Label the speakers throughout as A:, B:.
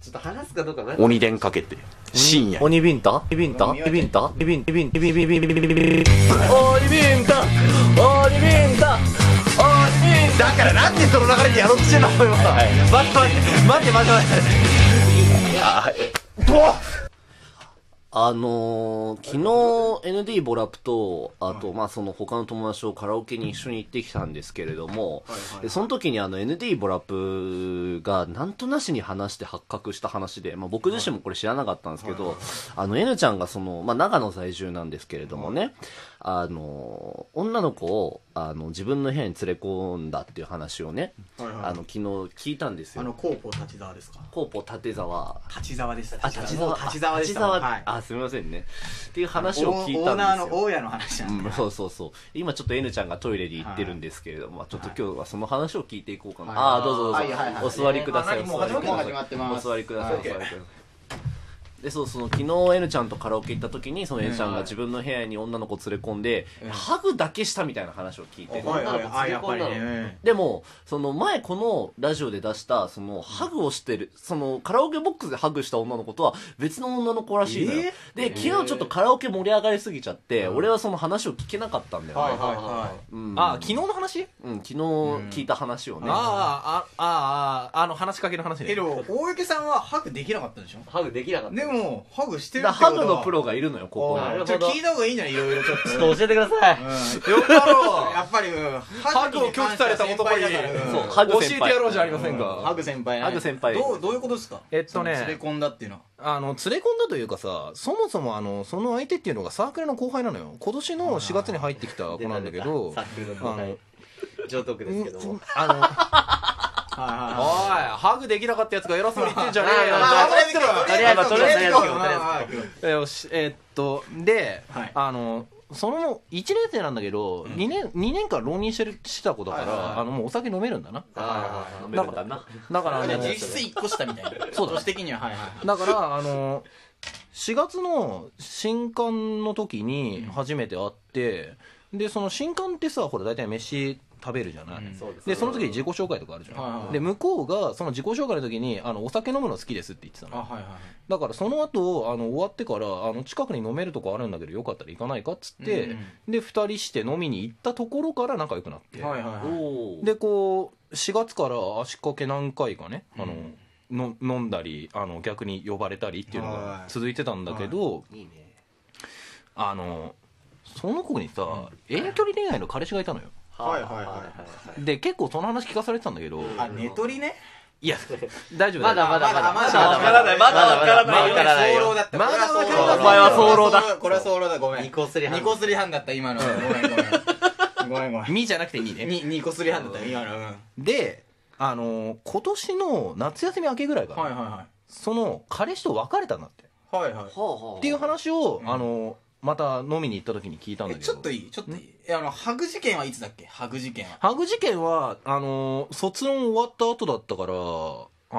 A: ちょっと話すかどうかな
B: 鬼伝かけて深夜
C: 鬼ビンタビビンタビビンタビビンタビビンタビビンタビビンタビビンタビビンタビビンタ
A: だからなんでその流れでやろうとしてんの今、待って待って待って待って待って
C: あのー、昨日 ND ボラップと、あと、まあ、その他の友達とカラオケに一緒に行ってきたんですけれども、でその時にあの ND ボラップがなんとなしに話して発覚した話で、まあ、僕自身もこれ知らなかったんですけど、あの N ちゃんがその、まあ、長野在住なんですけれどもね、あのー、女の子をあの自分の部屋に連れ込んだっていう話をね、
D: はいはい
C: あの昨日聞いたんです
D: あの
C: よ。
D: 高校立沢ですか
C: コーポ立沢
D: 立沢です
C: あ、立沢。
D: 立沢でした
C: あ立沢
D: はい
C: あ、すみませんね。っていう話
D: お
C: を
D: オ
C: 聞い
D: ー
C: たんです
D: ナー
C: よ。
D: の大家の話なんで
C: うんそうそうそう。今ちょっと N ちゃんがトイレに行ってるんですけれども、ちょっと今日はその話を聞いていこうかな。ああー、どうぞどうぞ、
D: はいはいはい
C: お座りください。
A: もう始まってますもう始まってます
C: お座りください。
A: はい
C: お座りください。でそうその昨日 N ちゃんとカラオケ行った時にその N ちゃんが自分の部屋に女の子連れ込んで、ハグだけしたみたいな話を聞いて、
D: おはいはい
C: 女の子連れ込んだ
D: あやっ
C: の
D: ぱりね
C: でもその前このラジオで出したそのハグをしてるそのカラオケボックスでハグした女の子とは別の女の子らしいのよ、で昨日ちょっとカラオケ盛り上がりすぎちゃって、俺はその話を聞けなかったんだよね、
D: はいはいは
C: うん、
E: あ昨日の話、
C: うん、昨日聞いた話をね、
E: ああああああの話しかけの話
D: い
E: ね
D: けど大池さんはハグできなかったんでしょ
A: ハグできなかった
D: でもハグしてる
C: だ
D: ってこ
C: ハ
D: と
C: グ
D: は
C: のプロがいるのよここ
D: あ
A: な
C: に
A: るほ
D: ちょ
A: ど
D: っと聞いた方がいいんじゃないいろいろちょっと
A: ちょっと教えてください
E: よかろう
D: やっぱり、うんハ
E: ハグを拒否された男に、
C: そう
D: ハ
C: ハグ
E: 教え
C: 先輩
E: てやろうじゃありませんか、
D: グ先輩
C: ハグ先輩
D: どうどういうことですか
E: えっとね
D: その連れ込んだっていうのは
E: あの連れ込んだというかさそもそもあのその相手っていうのがサークルの後輩なのよ今年の4月に入ってきた子なんだけど
A: サックルの後輩上等区ですけども
E: あのおい
D: は
E: ハグできなかったやつが偉そうに言ってんじゃねえよ
D: いはい
A: とりあえずとりあえずとりあ
D: えず
E: えーよしえーっとで、
D: はい
E: あのその1年生なんだけど、2, 年2年間浪人してるしてた子だから、
D: はいはいはい
E: あのもうお酒飲めるんだな
C: ああ飲めるんだな
E: だからあの
D: 実質一個下みたいな
E: そうだね
D: 女子的にははいはい
E: だからあの4月の新刊の時に初めて会って、でその新刊ってさほら大体飯食べるじゃない、
D: うん
A: そうです
E: でその時に自己紹介とかあるじゃん、
D: はいはいはい
E: で向こうがその自己紹介の時にあのお酒飲むの好きですって言ってたの
D: あはいはい
E: だからその後あの終わってからあの近くに飲めるとこあるんだけどよかったら行かないかっつって、
D: うん
E: で2人して飲みに行ったところから仲良くなって、
D: はいはいはい
C: おー
E: でこう4月から足掛け何回かねあの、の飲んだりあの逆に呼ばれたりっていうのが
D: はい
E: 続いてたんだけど、
C: いいね
E: あのその子にさ、遠距離恋愛の彼氏がいたのよ
D: はいはいはい
C: い
E: で結構その話聞かされてたんだけど
D: あ寝取りね
E: いや大丈夫
C: まだまだまだ
D: まだまだ
C: わからないまだわからない
D: まだわからないよ
E: まだわからない
C: お前は早漏だ
D: これは早漏だごめん
A: ニコスリハン
D: ニコスリハンだった今のごめんごめんごめんご めん
E: 2じゃなくて2ね
D: にニコスリハンだった今のうんはい
E: であの今年の夏休み明けぐらいから、
D: はいは
E: その彼氏と別れたんだって
D: いはいはい
C: ほうほう
E: っていう話を、
D: うん
E: あのまた飲みに行った時に聞いたんだ
D: え
E: けど
D: ちょっといいちょっといいえあのハグ事件はいつだっけハグ事件は
E: ハグ事件はあの卒論終わった後だったからあ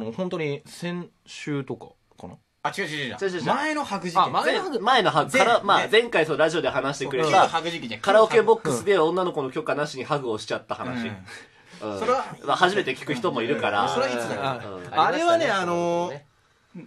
E: の本当に先週とかかな
D: あ違う違う違
C: 違う違う違
D: う
C: う
D: 前のハグ事件
E: あ前
C: 前前のハグ
D: 前
C: から、まあ
D: ね、
C: 前回そうラジオで話してくれ
D: 旧
C: た
D: ハグ事件じゃん
C: カラオケボックスで女の子の許可なしにハグをしちゃった
D: うん
C: 話、うん
D: それは
C: まあ、初めて聞く人もいるから、
D: うんそれはいつだよ
E: ああれはねあの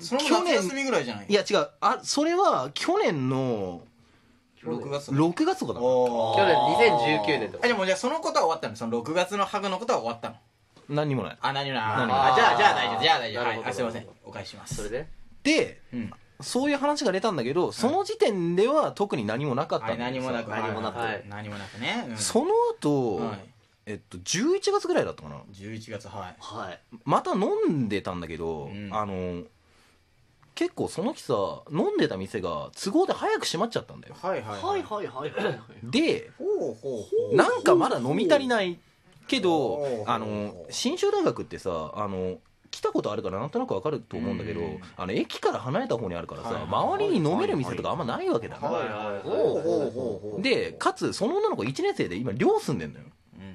D: その
E: 去
D: 夏
E: 年
D: 休みぐらいじゃない
E: いや違うあそれは去年の
D: 6月
E: 6月とかだ
D: お
A: 去
D: ー
A: 年2019年と
D: あ
A: か
D: じゃあもうじゃあそのことは終わったのその6月のハグのことは終わったの
E: 何にもない
D: あ何々
E: 何
D: あじゃあじゃあ大丈夫じゃあ大丈夫
A: な
D: は
A: る
D: い
A: ほど
D: あすいませんお返しします
A: それで
E: で
D: うん
E: そういう話が出たんだけどその時点では特に何もなかったん
D: は
E: だ
D: い
E: けどさ
D: 何もなく
A: 何もなく
D: はい何もなくねうん
E: その後、
D: はい
E: えっと11月ぐらいだったかな
D: 11月はい
C: はい、
E: また飲んでたんだけど、
D: うん
E: あの結構その日さ飲んでた店が都合で早く閉まっちゃったんだよ
D: はいはい
C: はいはいはいはいはい
E: で
D: ほうほうほう
E: なんかまだ飲み足りないけ
D: ほうほ
E: ど
D: う
E: あの信州大学ってさあの来たことあるからなんとなくわかると思うんだけど、
D: うん
E: あの駅から離れた方にあるからさ、
D: はいはい
E: 周りに飲める店とかあんまないわけだな、
D: はい
A: はい
D: ほうほうほうほう
E: でかつその女の子1年生で今寮住んでんのよ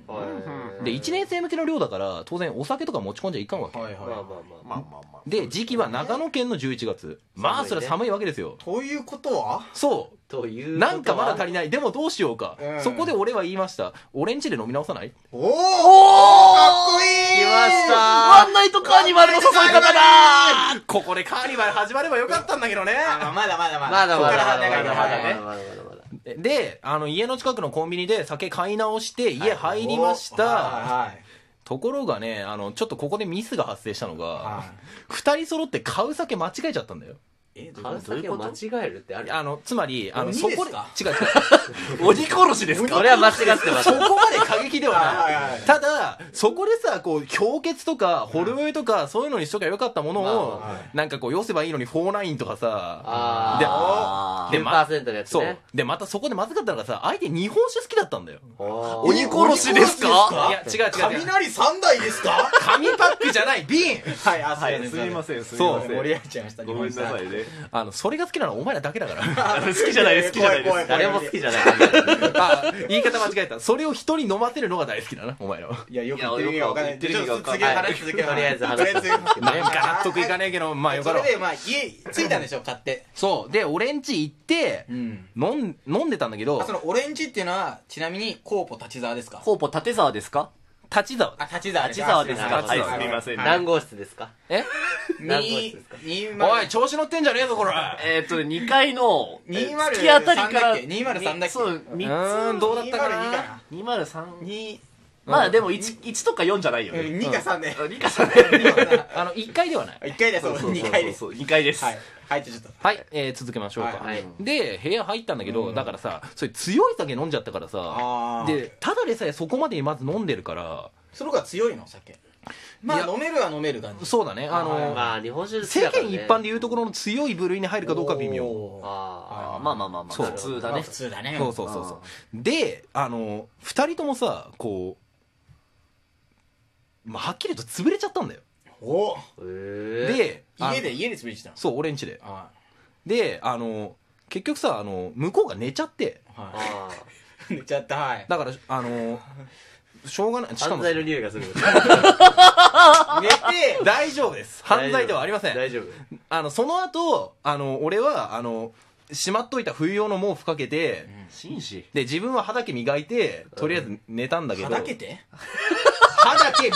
D: うんは
A: はい
E: で1年生向けの寮だから当然お酒とか持ち込んじゃいかんわけ、
D: い
A: まあまあ
D: は
A: ま
C: ま
A: あ
C: あまあまあ
E: で時期は長野県の11月まあそれは寒いわけですよ
D: いということは
E: そう
C: ということは
E: なんかまだ足りない。でもどうしようか。
D: うん
E: そこで俺は言いました。俺んちで飲み直さない
D: おおかっこいい
C: 来ましたワンナイトカーニバルの誘い方だ
E: ここでカーニバル始まればよかったんだけどね。
D: あまだまだまだ。
C: まだまだ
D: ここから
C: まだまだま
D: 長いから
C: だ
D: ね。
C: まだまだ
E: で、あの、家の近くのコンビニで酒買い直して、家入りまし
D: はい
E: た。
D: はい
E: ところがね、あの、ちょっとここでミスが発生したのが
D: は、
E: 二人揃って買う酒間違えちゃったんだよ。
D: え、どうい
C: 川
D: うこ
C: 崎を間違えるってある
E: あの、つまり、あの、
D: 鬼
E: そこで、違
D: ですか
E: う違う。
C: 鬼殺しですか俺は間違ってます
E: そこまで過激で は
D: は
E: ないい
D: はいはい
E: ただそこでさこう氷結とかホルムとかそういうのにしときゃよかったものを
C: まあ
D: はい
E: なんかこうよせばいいのに49とかさ
C: あー
E: でま
C: 10%のやつ
E: そう
C: ね
E: でまたそこでまずかったのがさ相手日本酒好きだったんだよ
C: お
A: 鬼殺しですか
E: いや違う違う違 う
D: 雷三台ですか
E: 紙パックじゃない瓶
D: はい、あ、そう
B: すいま
D: ん。
B: せんすい
E: そ
B: ま
E: う
D: 盛
B: せん
D: り上げちゃいました、
B: ごめんなさいね
E: あのそれが好きなのはお前らだけだから
B: 好きじゃないです好きじゃないで
D: 怖い
B: す
D: 怖
C: 誰も好きじゃない
E: あ言い方間違えたそれを人に飲ませるのが大好きだなお前ら はい
D: や、よく言ってる意味がわかんない。
C: いやよく言ってる意味がわかん
D: ちょ
C: な
D: っ
C: い
D: と次話続け
C: とりあえず話
D: とりあえず
E: なんか納得 いかねえけどまあよかろう
D: それで、まあ、家、着いたんでしょ、買って。
E: そうで俺ん家行って
D: うん。
E: 飲ん飲んでたんだけど
D: あそのオレンジっていうのは、ちなみに、コーポ立沢ですか
C: コーポ立沢ですか
E: 立ち沢
D: あ、立沢です
C: 立沢ですか
D: あ
B: はいすみません
D: は
C: 何号室ですか
E: え
C: 何号室ですか
D: に
E: おい、調子乗ってんじゃねえぞ、これ。
C: えっと2階の
D: 203
C: 突き当たりから
D: だっけ203だっけ
C: そう
E: う
C: 3
E: ーん、
C: つ
E: どうだったか
D: 202か
E: な
D: な
C: 203
D: 2
C: まあでも 1, 1とか4じゃないよね、
D: 2か3で
C: 2か3ね
E: あの、1回ではない。
D: 1回です2回です
C: そうそうそう2階です、
D: はいはいじゃあちょっと
E: はい、えー続けましょうか。
D: はい
E: で、部屋入ったんだけど、だからさ、それ強い酒飲んじゃったからさ
D: あ、ー
E: で、ただでさえそこまでまず飲んでるから、
D: その子は強いの酒ま
E: い
D: あ
E: や
D: 飲めるは飲める感じ
E: そうだね、あの、
D: はい
C: まあ日本酒好き
E: 世
C: だから、
E: 間
C: ね、
E: 一般でいうところの強い部類に入るかどうかは微妙。
D: おー
C: ああまあまあまあまあ
E: そう
C: 普通だ
D: まあ
C: ね
D: 普通だね
E: そうそうそうそう。で、あの、2人ともさ、こう、まあ、はっきり言うと潰れちゃったんだよ。
D: お
C: で
E: で、あの
D: 家で家で滑りしたの
E: そう、俺ん家で。
D: は
E: であの結局さあの向こうが寝ちゃって
D: いは
C: あ
D: い寝ちゃったはい
E: だからあのしょうがない
C: ー
E: しか
C: 犯
E: も
C: 罪の匂いがする
D: 寝て
E: 大丈夫です犯罪ではありません
C: 大丈夫
E: あのその後あの俺はあのしまっといた冬用の毛布かけて、
C: 紳士
E: で自分は歯だけ磨いてとりあえず寝たんだけど、
D: はだけて
E: 歯だけ磨い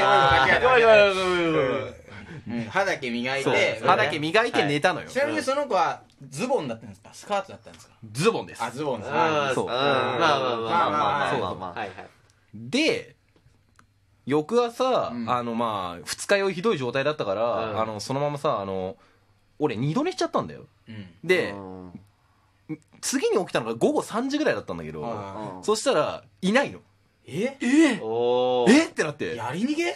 D: あー
C: ごめんごめんごめんごめん
D: うん歯だけ磨い
E: てそう
D: て
E: 歯だけ磨いて寝たのよ、
D: ちなみにその子はズボンだったんですかスカートだったんですか
E: ズボンです
D: あズボンです
C: あ
D: は
C: ー
E: そう
C: うんまあまあまあまあまあ
E: まあまあまあ
C: まあまあはいはい
E: で翌朝、
D: うん
E: あのまあ二日酔いひどい状態だったから、
C: うん
E: あのそのままさあの俺二度寝しちゃったんだよ
D: いうん
E: で、
C: うん
E: 次に起きたのが午後3時ぐらいだったんだけど、
D: は
E: そしたらいないの
D: いえ
C: おー
E: えってなって
D: やり逃げ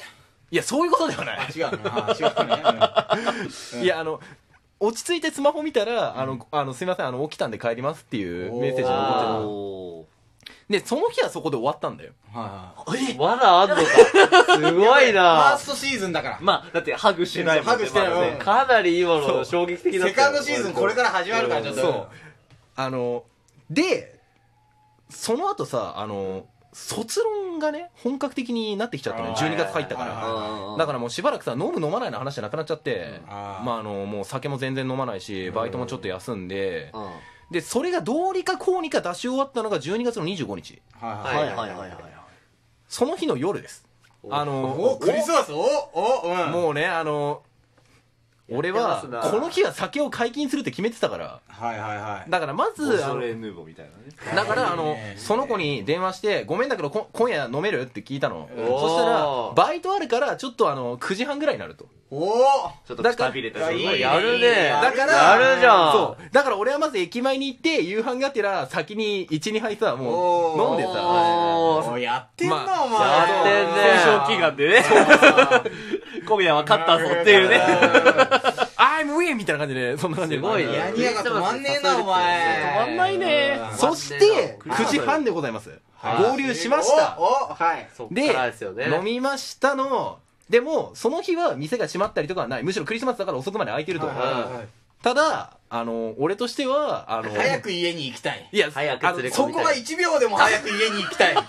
E: いやそういうことではな
D: あ
E: い
D: 違うねあ違 うねうん
E: いやあの落ち着いてスマホ見たら「あのあのすいませんあの起きたんで帰ります」っていうメッセージが残って
C: お
E: たでその日はそこで終わったんだよ
D: はい
C: ーまだあんのかすご
D: ファ
C: い
D: ー
C: な
D: ストシーズンだから。
C: まあだってハグしてないもんね
D: ハグしてない
C: まだね
D: うん
C: かなり今の衝撃的だった
D: セ
C: よ
D: カンドシーズンこれから始まるから、ちょっと。
E: そうあのでその後さあの卒論がね本格的になってきちゃったのよ
D: あー
E: 12月入ったから
D: はいはいはい
C: うん
E: だからもうしばらくさ飲む飲まないの話じゃなくなっちゃって、
D: うんあー
E: まあ、あのもう酒も全然飲まないしバイトもちょっと休んで、
C: うんは
E: でそれがどうにかこうにか出し終わったのが12月の25日
C: い
D: は
C: はいはいはい
E: その日の夜です
C: お
E: あ
D: い。
E: の
D: お、クリスマスおおうん。う。
E: もうねあの俺
C: やっ
E: は
C: てますな
E: この日は酒を解禁するって決めてたから
D: はいはいはい。
E: だからま
B: オ
E: ず
B: シ
E: あ
B: ャ
E: の
B: レヌーボーみたいなね
E: だからあ
D: いい
E: の
D: ね
E: その子に電話して「ごめんだけどこ今夜飲める?」って聞いたの
C: おー
E: そしたらバイトあるからちょっとあの9時半ぐらいになると
D: お
B: ちょっとくたびれた
D: い
B: 状
D: い
B: 態
D: ね
B: で
C: やるね
D: や
E: だから
C: やるじゃん
E: そうだから俺はまず駅前に行って夕飯がてら先に12杯さもう飲んでさ
C: おー
D: おやってんな、
E: まあ
D: お前。
C: やってんね
B: 戦勝祈願でね今夜は勝ったぞっていうね
E: 「I'm win」みたいな感じでそんな感じです
C: ごい ね
D: やにやが止まんねえな、お前。
C: 止まんない
D: ね
E: そして
C: マジ
E: 9
C: で
E: 時半でございます
D: はい
E: 合流しました
D: おおはい。
C: そっ
E: で
C: からですよね
E: 飲みましたのでもその日は店が閉まったりとかはないむしろクリスマスだから遅くまで開いてると
D: はいはいはい
E: ただあの俺としてはあの
D: 早く家に行きたい。
E: いや
C: 早く
E: あの
C: 連れ込み
E: そ
D: そ
E: こ
D: こは1秒でも早く家に行きたい。
E: そこ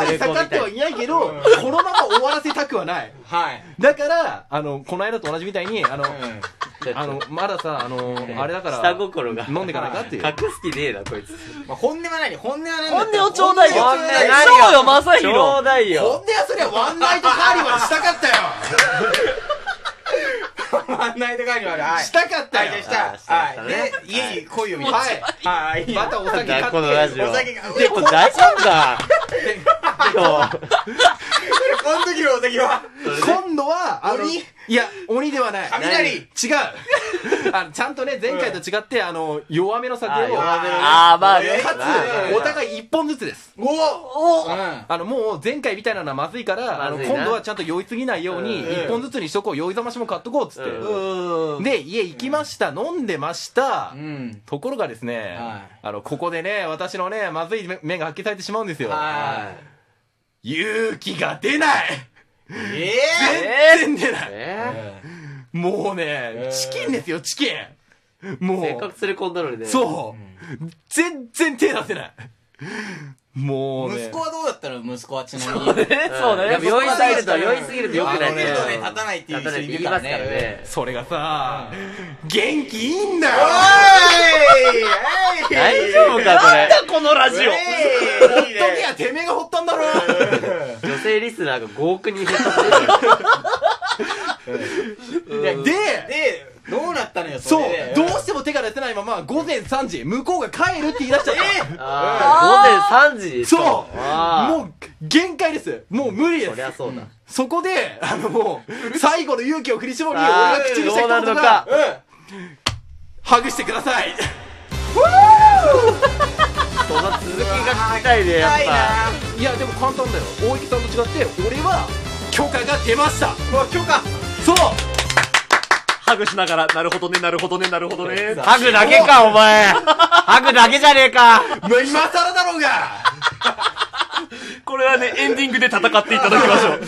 E: まで下がってはいないけど、このまま終わらせたくはない。
D: はい。
E: だから、あの、この間と同じみたいに、あの、
D: うん
E: あの、まださ、あの、あれだから、
B: 下心が。
E: 飲んでいかないかっていう。
B: 隠す気ねえな、こいつ。
D: まあ、本音は何本音は何
C: 本音をちょうだいよ。
D: 本音をちょうだい
B: ないよ
C: そうよ、まさひ
B: ちょ
C: ろ
B: う。だい
D: 本音
B: よ。
D: はそりゃワンナイトカーニバルしたかったよワンナイトカーニバル、はい。
A: したかったよ
D: はい、じ
B: あ
D: ゃあ
B: ーした
D: した。
B: か
D: は
B: っ
D: い。
B: たね
D: で、家に来いよ、みたいな。はい。はい。
A: またお
D: お
A: 酒
B: なん
A: 買
B: だ
A: って
B: このラジオ。
D: 酒が、
B: でも大丈夫だ。今日。
D: この時のお酒は、
E: 今度は、あの、
D: 鬼
E: いや、鬼ではない。
D: 雷
E: 違うあのちゃんとね、前回と違って、あの、弱めの酒を、
B: あ弱
D: めの
B: ああ、まあね。
D: かつ
B: まあね
E: お互い一本ずつです。
D: おおうん。
E: あの、もう前回みたいなのはまずいから、あの、
B: まずいな
E: 今度はちゃんと酔いすぎないように、
B: うん
E: 一本ずつにしとこう、酔いざましも買っとこう、つって。
B: う
A: うん
E: で、家行きました、飲んでました。
D: うん。
E: ところがですね、
D: は
E: あの、ここでね、私のね、まずい面が発揮されてしまうんですよ。
D: は
E: 勇気が出ない
D: い。え
E: 全然出ない
B: ね
E: もうね、
D: ー
E: チキンですよ、チキンも
B: せっか
E: う、
B: く連れ込んだのにね。
E: そう、全然手出せないもうね、
D: 息子はどうだったの息子はちなみに。
B: えそうね。やっぱ酔いすぎると、
D: そうだ
B: 酔
D: ね
B: いすぎると良くない
D: あの
B: ね。
D: ねそうね立たないっていう人い
B: 言
D: る
B: い
D: か
B: ま
D: ら
B: す
D: ね
B: からね。
E: それがさ、元気いいんだよ
D: おい
B: 大丈夫か、これ。
C: このラジオ
D: えーいい
E: ほっと
D: ね
E: けや、てめえがほったんだろ
B: 女性リスナーが5億人減ったって
E: で、
D: で、どうなったのよ、
E: そう
D: れで、
E: どうしても手が出せないまま、午前3時、向こうが帰るって言い出しちゃった。
B: ああ、午前3時
E: そう
B: あー
E: もう、限界ですもう無理で
B: そり
E: す
B: ゃそうだ。
E: そこで、あのもう、最後の勇気を振り絞り、俺
B: あ
E: が
B: ー
E: 口にした
B: どうなる
E: 一
B: の
E: 言が
B: か、。
E: ハグしてください
B: その続きが聞きたいね、やっ
D: ない
B: ぱ。
D: ない
E: や、でも簡単だよ。大池さんと違って、俺は、許可が出ました
D: うわ、許可
E: そう
C: ハグしながら、なるほどね、なるほどね、なるほどね。
B: ハグだけか、お前。ハグだけじゃねえか。
E: もう今更だろうが
C: これはね、エンディングで戦っていただきましょう。